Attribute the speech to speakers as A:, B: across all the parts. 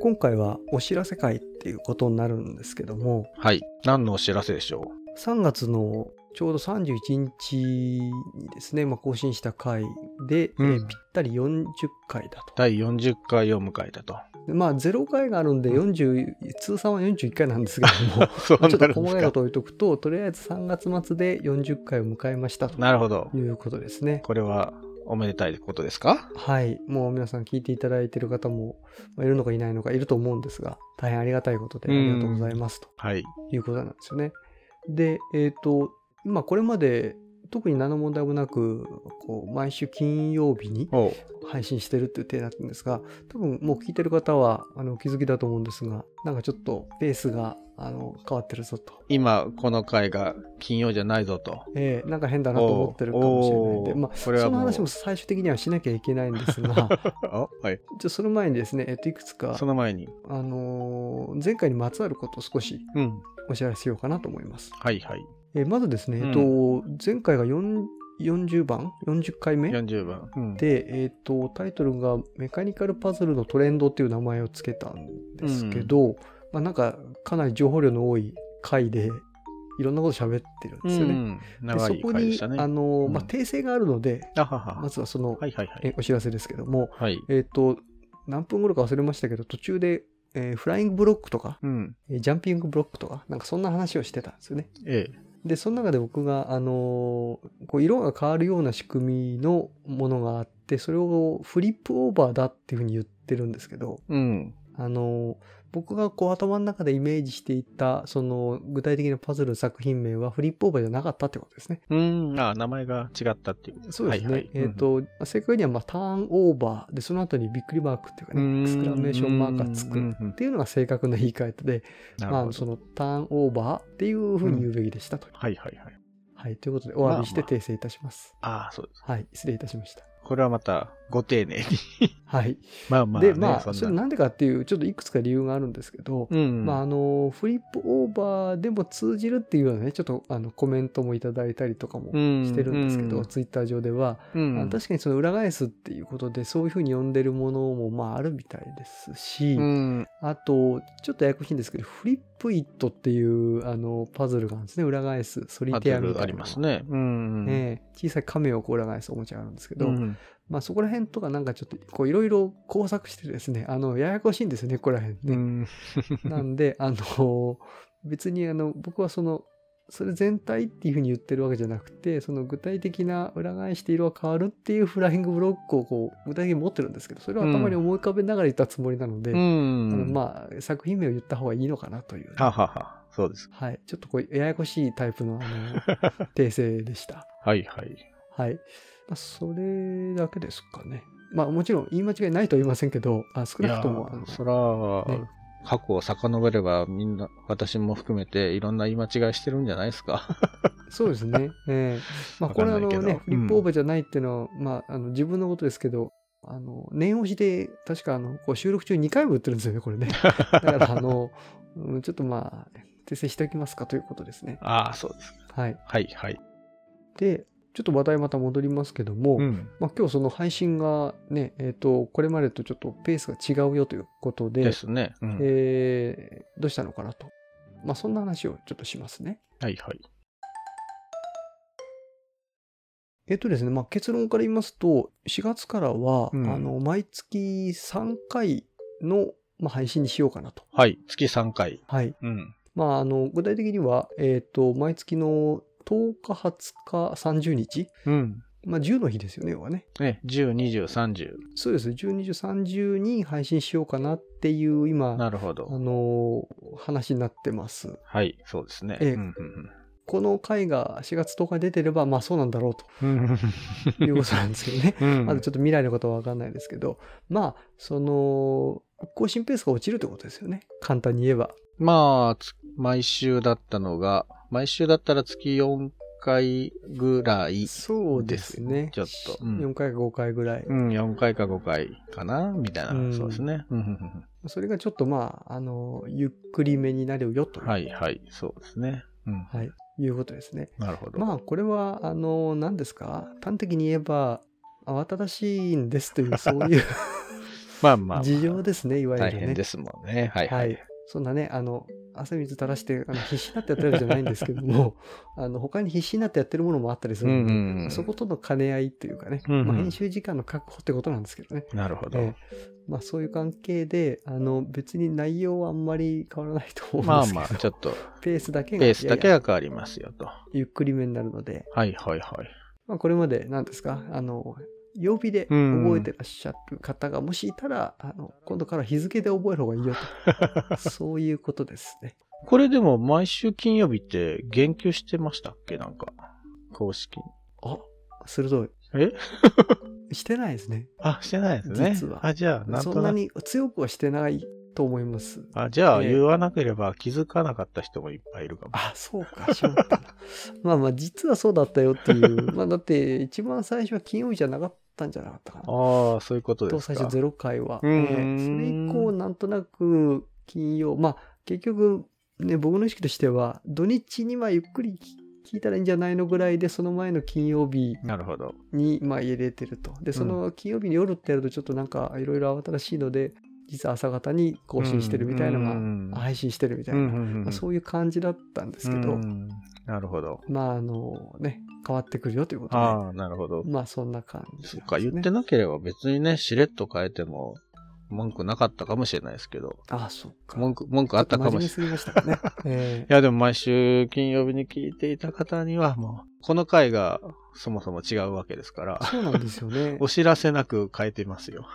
A: 今回はお知らせ会っていうことになるんですけども、
B: はい。何のお知らせでしょ
A: 3月のちょうど31日にですね、まあ、更新した回で、
B: うん
A: えーぴったり40回だ
B: う第40回を迎えたと。
A: と。でまあ、0回があるんで40、通算は41回なんですけ ども、
B: そう
A: ちょっと
B: なるんで
A: 細
B: す
A: かいこ
B: か。
A: と置いとくと、とりあえず3月末で40回を迎えましたと
B: なるほど。
A: いうことですね。
B: これはおめでたいことですか
A: はい。もう皆さん聞いていただいている方もまあいるのかいないのかいると思うんですが、大変ありがたいことでありがとうございますと
B: はい。
A: いうことなんですよね。で、えっ、と、まあこれまで特に何の問題もなく、こう、毎週金曜日に
B: おう
A: 配信してるっていう体だったんですが、多分もう聞いてる方はあのお気づきだと思うんですが、なんかちょっとペースがあの変わってるぞと。
B: 今、この回が金曜じゃないぞと。
A: えーなんか変だなと思ってるかもしれないんで、
B: おー
A: まあ、
B: こ
A: そ
B: れは
A: の
B: もう
A: 話も最終的にはしなきゃいけないんです が、
B: あはい。
A: じゃあその前にですね、えっと、いくつか
B: そ、の前に。
A: あのー前回にまつわることを少し
B: うん。
A: お知らせしようかなと思います。
B: はいはい。
A: えーまずですね、
B: うん
A: えっと、前回が4 40番 ?40 回目
B: 40番。うん
A: で、えっと、タイトルがメカニカルパズルのトレンドっていう名前をつけたんですけど、まあ、なんか、かなり情報量の多い回で、いろんなこと喋ってるんですよ
B: う
A: ね。
B: ん
A: で
B: 長
A: そ
B: い
A: こ
B: 回で
A: に
B: し、たね。
A: あのーまあ、
B: うん
A: 訂正があるので、
B: あはは
A: まずはその、
B: はいはいは
A: え
B: い。
A: お知らせですけども、
B: はい。
A: えっ、と、何分頃か忘れましたけど、途中で、えーフライングブロックとか、
B: うん。
A: えージャンピングブロックとか、なんかそんな話をしてたんですよね。
B: ええ。
A: で、その中で僕が、あのーこう色が変わるような仕組みのものがあって、それをフリップオーバーだっていうふうに言ってるんですけど、
B: うん。
A: あのー僕がこう頭の中でイメージしていた、その具体的なパズルの作品名はフリップオーバーじゃなかったってことですね。
B: うん。あ、名前が違ったっていう。
A: そうですね。
B: はいはい
A: えっ、と、まあ正確にはまあターンオーバーで、その後にびっくりマークっていうか
B: う
A: ね、
B: ん
A: エクスクラメーションマークがつく
B: うんうんうん
A: っていうのが正確な言い換えで、
B: なる
A: ま
B: ほ
A: あ、
B: ど。
A: そのターンオーバーっていうふうに言うべきでしたと。
B: はいはいはい。
A: はい、ということでお詫びして
B: まあま
A: 訂正いたします。
B: ああ、そうです。
A: はい、失礼いたしました。
B: これはまたご丁寧に。
A: はい。
B: まあまあ、
A: で、
B: ね、
A: まあ、
B: そんな
A: それなんでかっていう、ちょっといくつか理由があるんですけど、
B: うん。
A: まあ、あの、フリップオーバーでも通じるっていうようなね、ちょっとあのコメントもいただいたりとかも
B: うん
A: してるんですけど、ツイッター上では、
B: うん
A: あの確かにその裏返すっていうことでそういうふうに呼んでるものもまああるみたいですし、
B: うん
A: あとちょっとややこしいんですけどフリップイットっていうあのパズルがあるんですね裏返すソリ
B: パズ
A: ティアみたい
B: ル
A: な
B: ありますね。うん。
A: ええ小さい亀をこう裏返すおもちゃがあるんですけど、
B: うん
A: まあ、そこら辺とかなんかちょっとこういろいろ工作してですねあのややこしいんですよねここら辺
B: う
A: ね、
B: ん。
A: なんであの別にあの僕はそのそれ全体っていうふうに言ってるわけじゃなくてその具体的な裏返して色が変わるっていうフライングブロックをこう具体的に持ってるんですけどそれを頭に思い浮かべながら言ったつもりなので、
B: う
A: あの
B: ん。
A: まあ作品名を言った方がいいのかなという、
B: ははは。そうです。
A: はい、ちょっとこうややこしいタイプのあの 訂正でした。
B: はいはい。
A: はい。まあ、それだけですかね。まあもちろん言い間違いないとは言いませんけど、あ少
B: い
A: な
B: や
A: くともあの
B: ー、そら、
A: ね
B: 過去を遡ればみんな、私も含めていろんな言い間違いしてるんじゃないで すか。
A: そうです ね。ええまあ
B: わ
A: こ
B: かん
A: れあ
B: ない
A: の
B: けど
A: ね、
B: うん
A: フリップオーバーじゃないっていうのは、まああの自分のことですけど、あの、念押しで、確かあの、こう収録中2回も打ってるんですよね、こ れね。だからあの、うんちょっとまあ、訂正しておきますかということですね。
B: ああ、そうです。
A: はい。
B: はいはい。
A: で、ちょっと話題また戻りますけども、
B: うん。
A: まあ今日その配信がね、えっ、と、これまでとちょっとペースが違うよということで、
B: ですね。うん
A: えーどうしたのかなと。まあ、そんな話をちょっとしますね。
B: はいはい。
A: えっとですね、まあ、結論から言いますと、4月からは、
B: うん
A: あの、毎月3回の、まあ、配信にしようかなと。
B: はい。月3回。
A: はい。
B: うん。
A: まあ、あの、具体的には、えっ、と、毎月の10日、20日、30日。
B: うん。
A: まあ、10の日ですよね、要はね。
B: ね、10、20、30。
A: そうです。12、30に配信しようかなっていう、今、
B: なるほ
A: あ
B: ど。
A: のー話になってます。
B: はい。そうですね。
A: ええ
B: うん
A: この回が4月10日に出てれば、まあそうなんだろうと
B: うんうん。
A: いうことなんですよね。
B: うん
A: まだちょっと未来のことは分かんないですけど、まあ、その、更新ペースが落ちるってことですよね。簡単に言えば。
B: まあ、つ毎週だったのが、毎週だったら月4回ぐらい。
A: そうですね。
B: ですちょっとうん
A: 4回か5回ぐらい。
B: うん、4回か5回かなみたいな、
A: うん
B: そうですね。うんうん
A: それがちょっとまあ、あの、ゆっくりめになるよと
B: う
A: い
B: ん
A: う、
B: はいはい、そうですね。うん、
A: はい、いうことですね。
B: なるほど。
A: まあ、これは、あの、何ですか端的に言えば、慌ただしいんですという、そういう
B: まあ まあ、まあ、
A: 事情ですね、いわゆるね。
B: 大変ですもんね。はいは。
A: はいい、そんなね、あの、汗水垂らして、あの必死になってやってるわけじゃないんですけども、 あの、他に必死になってやってるものもあったりす
B: う
A: る
B: ん
A: ので、
B: うんうん。
A: そことの兼ね合いというかね、
B: うんうん
A: まあ、編集時間の確保ってことなんですけどね。
B: なるほど。
A: ええまあ、そういう関係で、あの、別に内容はあんまり変わらないと思うん
B: ま
A: で
B: あ
A: すけど、
B: まあ、ちょっと、
A: ペースだけが、
B: ペースだけ
A: いやいや
B: が変わりますよと。は
A: ゆっくりめになるので、
B: いはいはい。
A: まあ、これまで何ですか、あの、曜日で
B: うん
A: 覚えてらっしゃる方がもしいたら、あの、今度から日付で覚える方がいいよ と。そういうことですね。
B: これでも毎週金曜日って言及してましたっけなんか、公式に。
A: あ、鋭い。
B: え
A: してないですね。
B: あ、してないですね。
A: 実は
B: あ、じゃあ、なん
A: そ
B: と
A: んな
B: なく。
A: に強くはしてないと思います。
B: あ、じゃあ、
A: ええ
B: 言わなければ気づかなかった人もいっぱいいるかも。
A: あ、そうか、しまった な。まあまあ、実はそうだったよって いう。まあ、だって、一番最初は金曜日じゃなかったんじゃなかったかな。
B: ああ、そういうことで
A: と
B: すか。
A: 最初ゼロ回は。
B: うーん
A: ええそれ以降、なんとなく金曜、まあ、結局、ね、僕の意識としては、土日にまあゆっくり聞いたらいいんじゃないのぐらいで、その前の金曜日
B: なるほど。
A: に、まあ、入れてると。で、その金曜日に夜ってやると、ちょっとなんかいろいろ慌ただしいので、実は朝方に更新してるみたいな
B: う
A: の
B: ん
A: が、配信してるみたい
B: うん
A: な、
B: うんうん
A: まあ、そういう感じだったんですけ
B: う
A: ど、
B: んなるほど。
A: まあ、あのね、変わってくるよということ
B: ああ、なるほど
A: で、。まあ、そんな感じです
B: そ
A: ね。
B: っか、言ってなければ別にね、しれっと変えても文句なかったかもしれないですけど、
A: ああ、そっか。
B: 文句、文句あったかもしれない。
A: ちょっと真面目すぎました かね。え
B: いや、でも毎週金曜日に聞いていた方には、もう、この回がそもそも違うわけですか ら。
A: え、そうなんですよね
B: お知らせなく変えてますよ。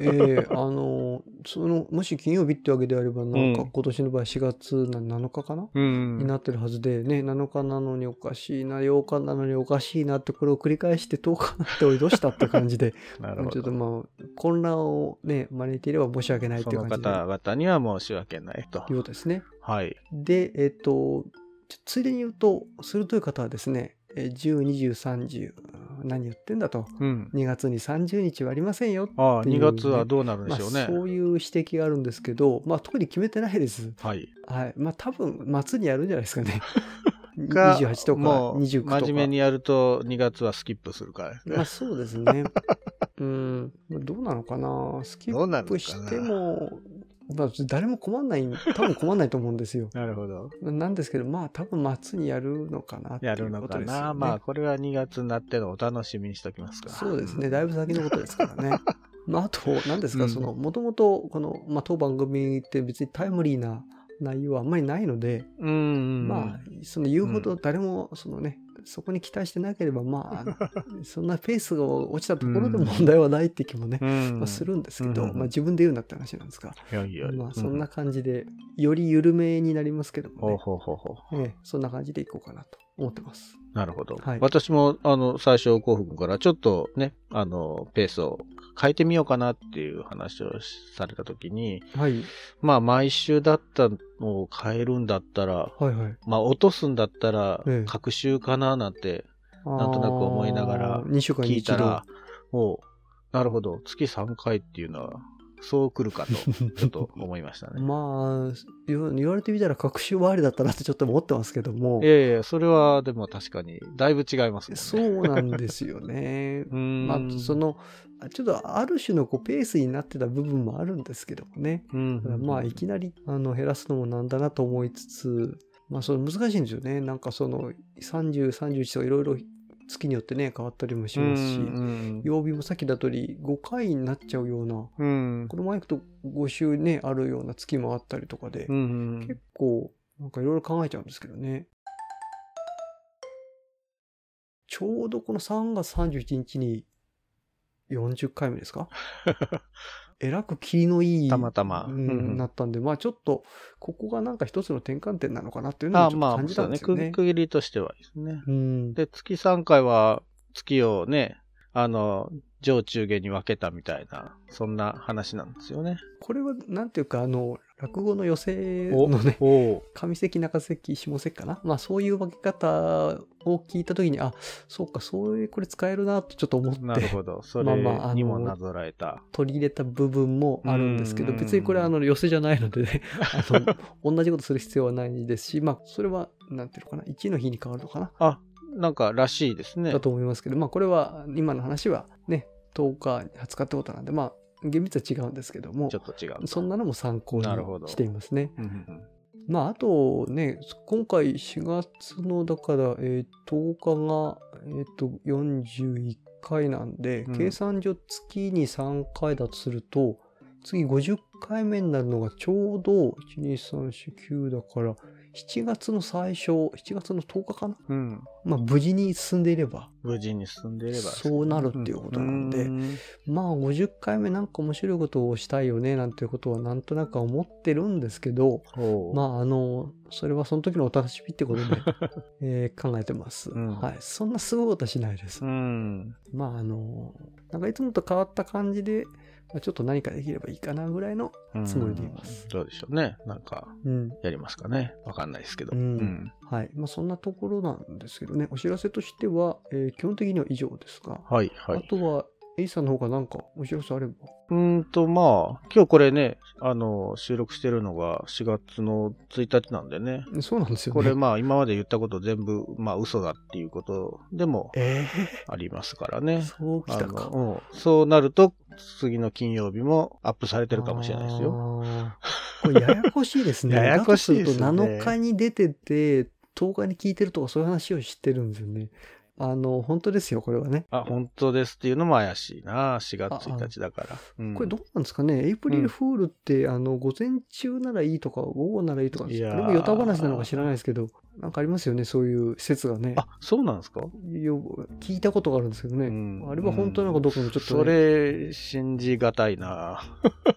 A: ええあの、その、もし金曜日ってわけであれば、なんか
B: うん
A: 今年の場合4月な7日かな、
B: うん
A: になってるはずで、ね、7日なのにおかしいな、8日なのにおかしいなって、これを繰り返して10日になって、おい、どうしたって感じで、
B: な
A: ち
B: る
A: ょ
B: ほ
A: っと
B: ど。
A: まあ、混乱をね、招いていれば申し訳ないって
B: そ
A: いう
B: の
A: 感じで、
B: 方々には申し訳ないと
A: い。うことですね。
B: はい。
A: で、えっ、と、ちょついでに言うと、鋭い方はですね、えー10、20、30、うん何言ってんだと、
B: うん。
A: 2月に30日はありませんよ。
B: ああ、
A: ってい
B: 2
A: う
B: 月はどうなるんで
A: まあ、
B: しょうね。
A: そういう指摘があるんですけど、まあ、特に決めてないです。
B: はい。
A: はい。まあ、多分、末にやるんじゃないですか ね。
B: が
A: 28とか
B: もう
A: 29とか。
B: 真面目にやると2月はスキップするからですね
A: まあ、そうですね。うん。まあどうなのかなスキ
B: どう
A: ッ
B: なるのかな
A: プしても、まあ、誰も困んない、多分困んないと思うんですよ。
B: なるほど。
A: なんですけど、まあ、多分末にやるのかなってい
B: やる
A: う
B: の
A: こと
B: か
A: です
B: な。
A: よ、ね。
B: まあ、これは2月になってのお楽しみにしておきますか。
A: そうですね。だいぶ先のことですから ね。まあ、あと、何ですか、
B: うん
A: その、もともと、この、まあ、当番組って別にタイムリーな内容はあんまりないので、
B: うんうんうん。
A: まあ、その言うほど誰も、そのね、そこに期待してなければ、ま あ、そんなペースが落ちたところで
B: うん
A: 問題はないって気もね、
B: うん。
A: まあ、するんですけど、
B: うん
A: まあ、自分で言うなって話なんですが、
B: いやいや。
A: まあ、そんな感じで、より緩めになりますけども
B: ほう
A: ね、
B: ほうほうほう。
A: ええそんな感じでいこうかなと思ってます。
B: なるほど。
A: はい
B: 私も、あの、最初、幸福君から、ちょっとね、あの、ペースを変えてみようかなっていう話をしされたときに、
A: はい、
B: まあ、毎週だったのを変えるんだったら、
A: はい、はい。
B: まあ、落とすんだったら
A: ええ、
B: 隔週かななんてなんとなく思いながら
A: 2週間に
B: 聞い
A: 一
B: た
A: 度
B: ら、おうなるほど、月3回っていうのは、そう来 るかと、ちょっと思いましたね。
A: まあ言わ言われてみたら隔週はありだったなってちょっと思ってますけども
B: いやいや、それはでも確かに、だいぶ違いますね。。。
A: そううなんですよね
B: ん。
A: まあそ、のあちょっとある種のこうペースになってた部分もあるんですけどもね、
B: うん
A: ただまあいきなりあの減らすのもなんだなと思いつつまあそれ難しいんですよねなんかその3031とかいろいろ月によってね変わったりもしますし、
B: うん
A: 曜日もさっきだとおり5回になっちゃうような
B: うん。
A: この前行くと5週ねあるような月もあったりとかで、
B: うん
A: 結構なんかいろいろ考えちゃうんですけどねちょうどこの3月31日に40回目です かえらく霧のいい
B: たまたま
A: うん
B: うんうん
A: なったんでまあちょっとここがなんか一つの転換点なのかなっていうの
B: あ
A: をちょっと
B: まあ、
A: 感じた
B: そうん
A: で
B: ね。
A: すよ
B: 区
A: ね。
B: 区切りとしてはいいですね。
A: うん、
B: で、月3回は、月をね、あの、上中下に分けたみたいな、そんな話なんですよね。
A: これはなんていうかあの落語の寄席のね上
B: お
A: 関中関下関かなまあそういう分け方を聞いた時にあそうかそういうこれ使えるなとちょっと思っ
B: なる
A: て
B: ほど。そ
A: まあ
B: れ
A: まああの
B: にもなぞらえた。
A: 取り入れた部分もあるんですけ
B: うん
A: ど
B: うんうん
A: 別にこれはあの寄せじゃないのでねあの同じことする必要はないですしまあそれはなんていうのかな1の日に変わるのかな
B: あ、なんか、らしいですね
A: だ。と思いますけどまあこれは今の話はね10日、20日ってことなんで、まあ、厳密は違うんですけども
B: ちょ、っと違う。
A: そんなのも参考に
B: なるほど
A: していますね。
B: うんうん
A: まあ、あとね、今回4月の、だから、えー10日が、えっ、と、41回なんで、
B: うん
A: 計算上月に3回だとすると、次50回目になるのがちょうど、1、2、3、4、9だから、7月の最初、7月の10日かな
B: うん。うん
A: まあ、無事に進んでいれば、
B: 無事に進んでいれば。
A: そうなるっていうことなんで
B: うん
A: まあ、50回目なんか面白いことをしたいよね、なんていうことはなんとなくは思ってるんですけど、
B: ほう
A: まあ、あの、それはその時のお楽しみってこと で、えー考えてます、
B: うん
A: はい。そんなすごいことはしないです。
B: うん。
A: まあ、あの、なんかいつもと変わった感じで、まあちょっと何かできればいいかなぐらいの、
B: うん
A: つもりでいます。
B: どうでしょうね。なんか、
A: うん、
B: やりますかね。わかんないですけど。
A: うんはい。まあ、そんなところなんですけどね、お知らせとしては、えー基本的には以上ですが、
B: はい、は
A: あ
B: い。
A: とは、エイさんの方がなんかお知らせあれば。
B: うーんと、まあ、今日これね、あの、収録してるのが4月の1日なんでね。
A: そうなんですよね。
B: これ、まあ、今まで言ったこと全部、まあ、嘘だっていうことでも
A: え
B: ありますから
A: ー、
B: ね。
A: そうき
B: あ
A: たか。
B: のうんそうなると、次の金曜日もアップされてるかもしれないですよ。
A: あー。これややこしいですね。
B: ややこしいですね
A: だとすると7日に出てて、10日に聞いてるとかそういう話をしてるんですよね。あの、本当ですよ、これはね。
B: あ、本当ですっていうのも怪しいな。4月1日だから。うん
A: これどうなんですかねエイプリルフールって、あの、午前中ならいいとか、午後ならいいとか、こ
B: いや
A: れ
B: ー
A: もヨタ話なのか知らないですけど、なんかありますよね、そういう説がね。
B: あ、そうなんですか
A: よ聞いたことがあるんですけどね。
B: うん
A: あれは本当なのかどうかもちょっと
B: そ
A: ね、
B: れ、信じがたいな。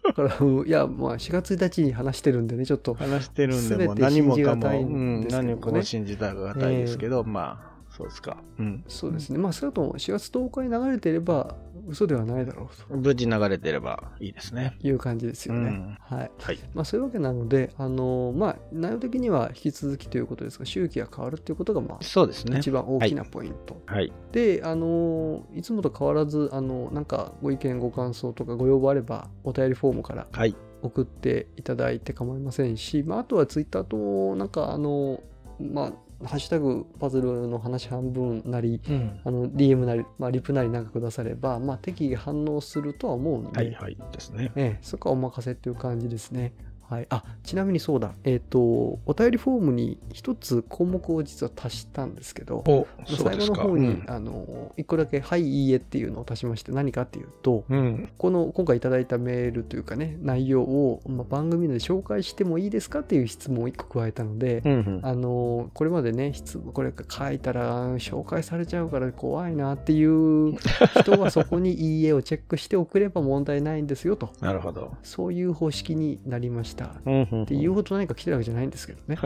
A: だから、うんいや、まあ4月1日に話してるんでね、ちょっと
B: 話してるんで、も
A: 全
B: う
A: て
B: 何
A: 信
B: も
A: じ
B: か
A: が
B: も、
A: た
B: う
A: いんで
B: ん、
A: すけどね
B: 何もかも信じたがたいですけど、まあ、そうですか。うん。
A: そうですね。まあ、少なくとも4月10日に流れていれば、嘘ではないだろう
B: 無事流れてればいいですね。
A: という感じですよね。
B: うん
A: はい。
B: はい。
A: まあ、そういうわけなので、あのまあ、内容的には引き続きということですが、周期が変わるということが、まあ、
B: そうですね
A: 一。番大きなポイント。
B: はい。
A: で、あのいつもと変わらず、あのなんかご意見、ご感想とかご要望あれば、お便りフォームから
B: はい。
A: 送っていただいて構いませんし、まあ、あとはツイッターと、なんかあのまあ、ハッシュタグパズルの話半分なり、
B: うん。
A: あの DM なり、まあ、リプなりなんかくだされば、まあ、適宜反応するとは思うんで、
B: はい、はい。ですね。
A: ええ、そこはお任せっていう感じですね。はい、あちなみにそうだ、えっとお便りフォームに一つ項目を実は足したんですけど、
B: お、
A: まあ最後の方に、あの一個だけ「はいいいえ」っていうのを足しまして何かっていうと
B: うん。
A: この今回いただいたメールというかね内容を、まあ、番組で紹介してもいいですかっていう質問を一個加えたので、
B: うん。
A: あのこれまでね質問これ書いたら紹介されちゃうから怖いなっていう人はそこに「いいえ」をチェックして送れば問題ないんですよと
B: なるほど。
A: そういう方式になりました。
B: うん。っ
A: って言うほど何か来てるわけじゃないんですけど ね。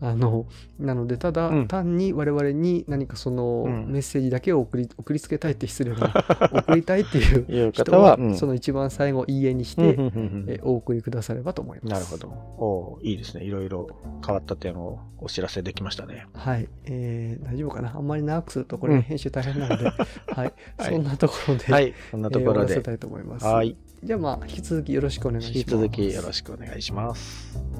A: あのなのでただ
B: うん
A: 単に我々に何かその
B: うん
A: メッセージだけを送り送りつけたいって失礼 な送りたいっていう
B: いう
A: 人
B: 方は
A: は、その一番最後「いいえ」にして、
B: うんうんうんうん
A: えお送りくださればと思います。
B: なるほど。おいいですね。いろいろ変わった点をお知らせできましたね。
A: はい、えー大丈夫かなあんまり長くするとこれ
B: うん
A: 編集大変なので、 はい、
B: はい
A: そんなところで、
B: はい。そん
A: え
B: な
A: ー
B: ところ
A: 終わらせ
B: で。
A: たいと思います。
B: はい。
A: じゃあまあ引き続きよろしくお願いしま
B: 引
A: す。
B: き続きよろしくお願いします。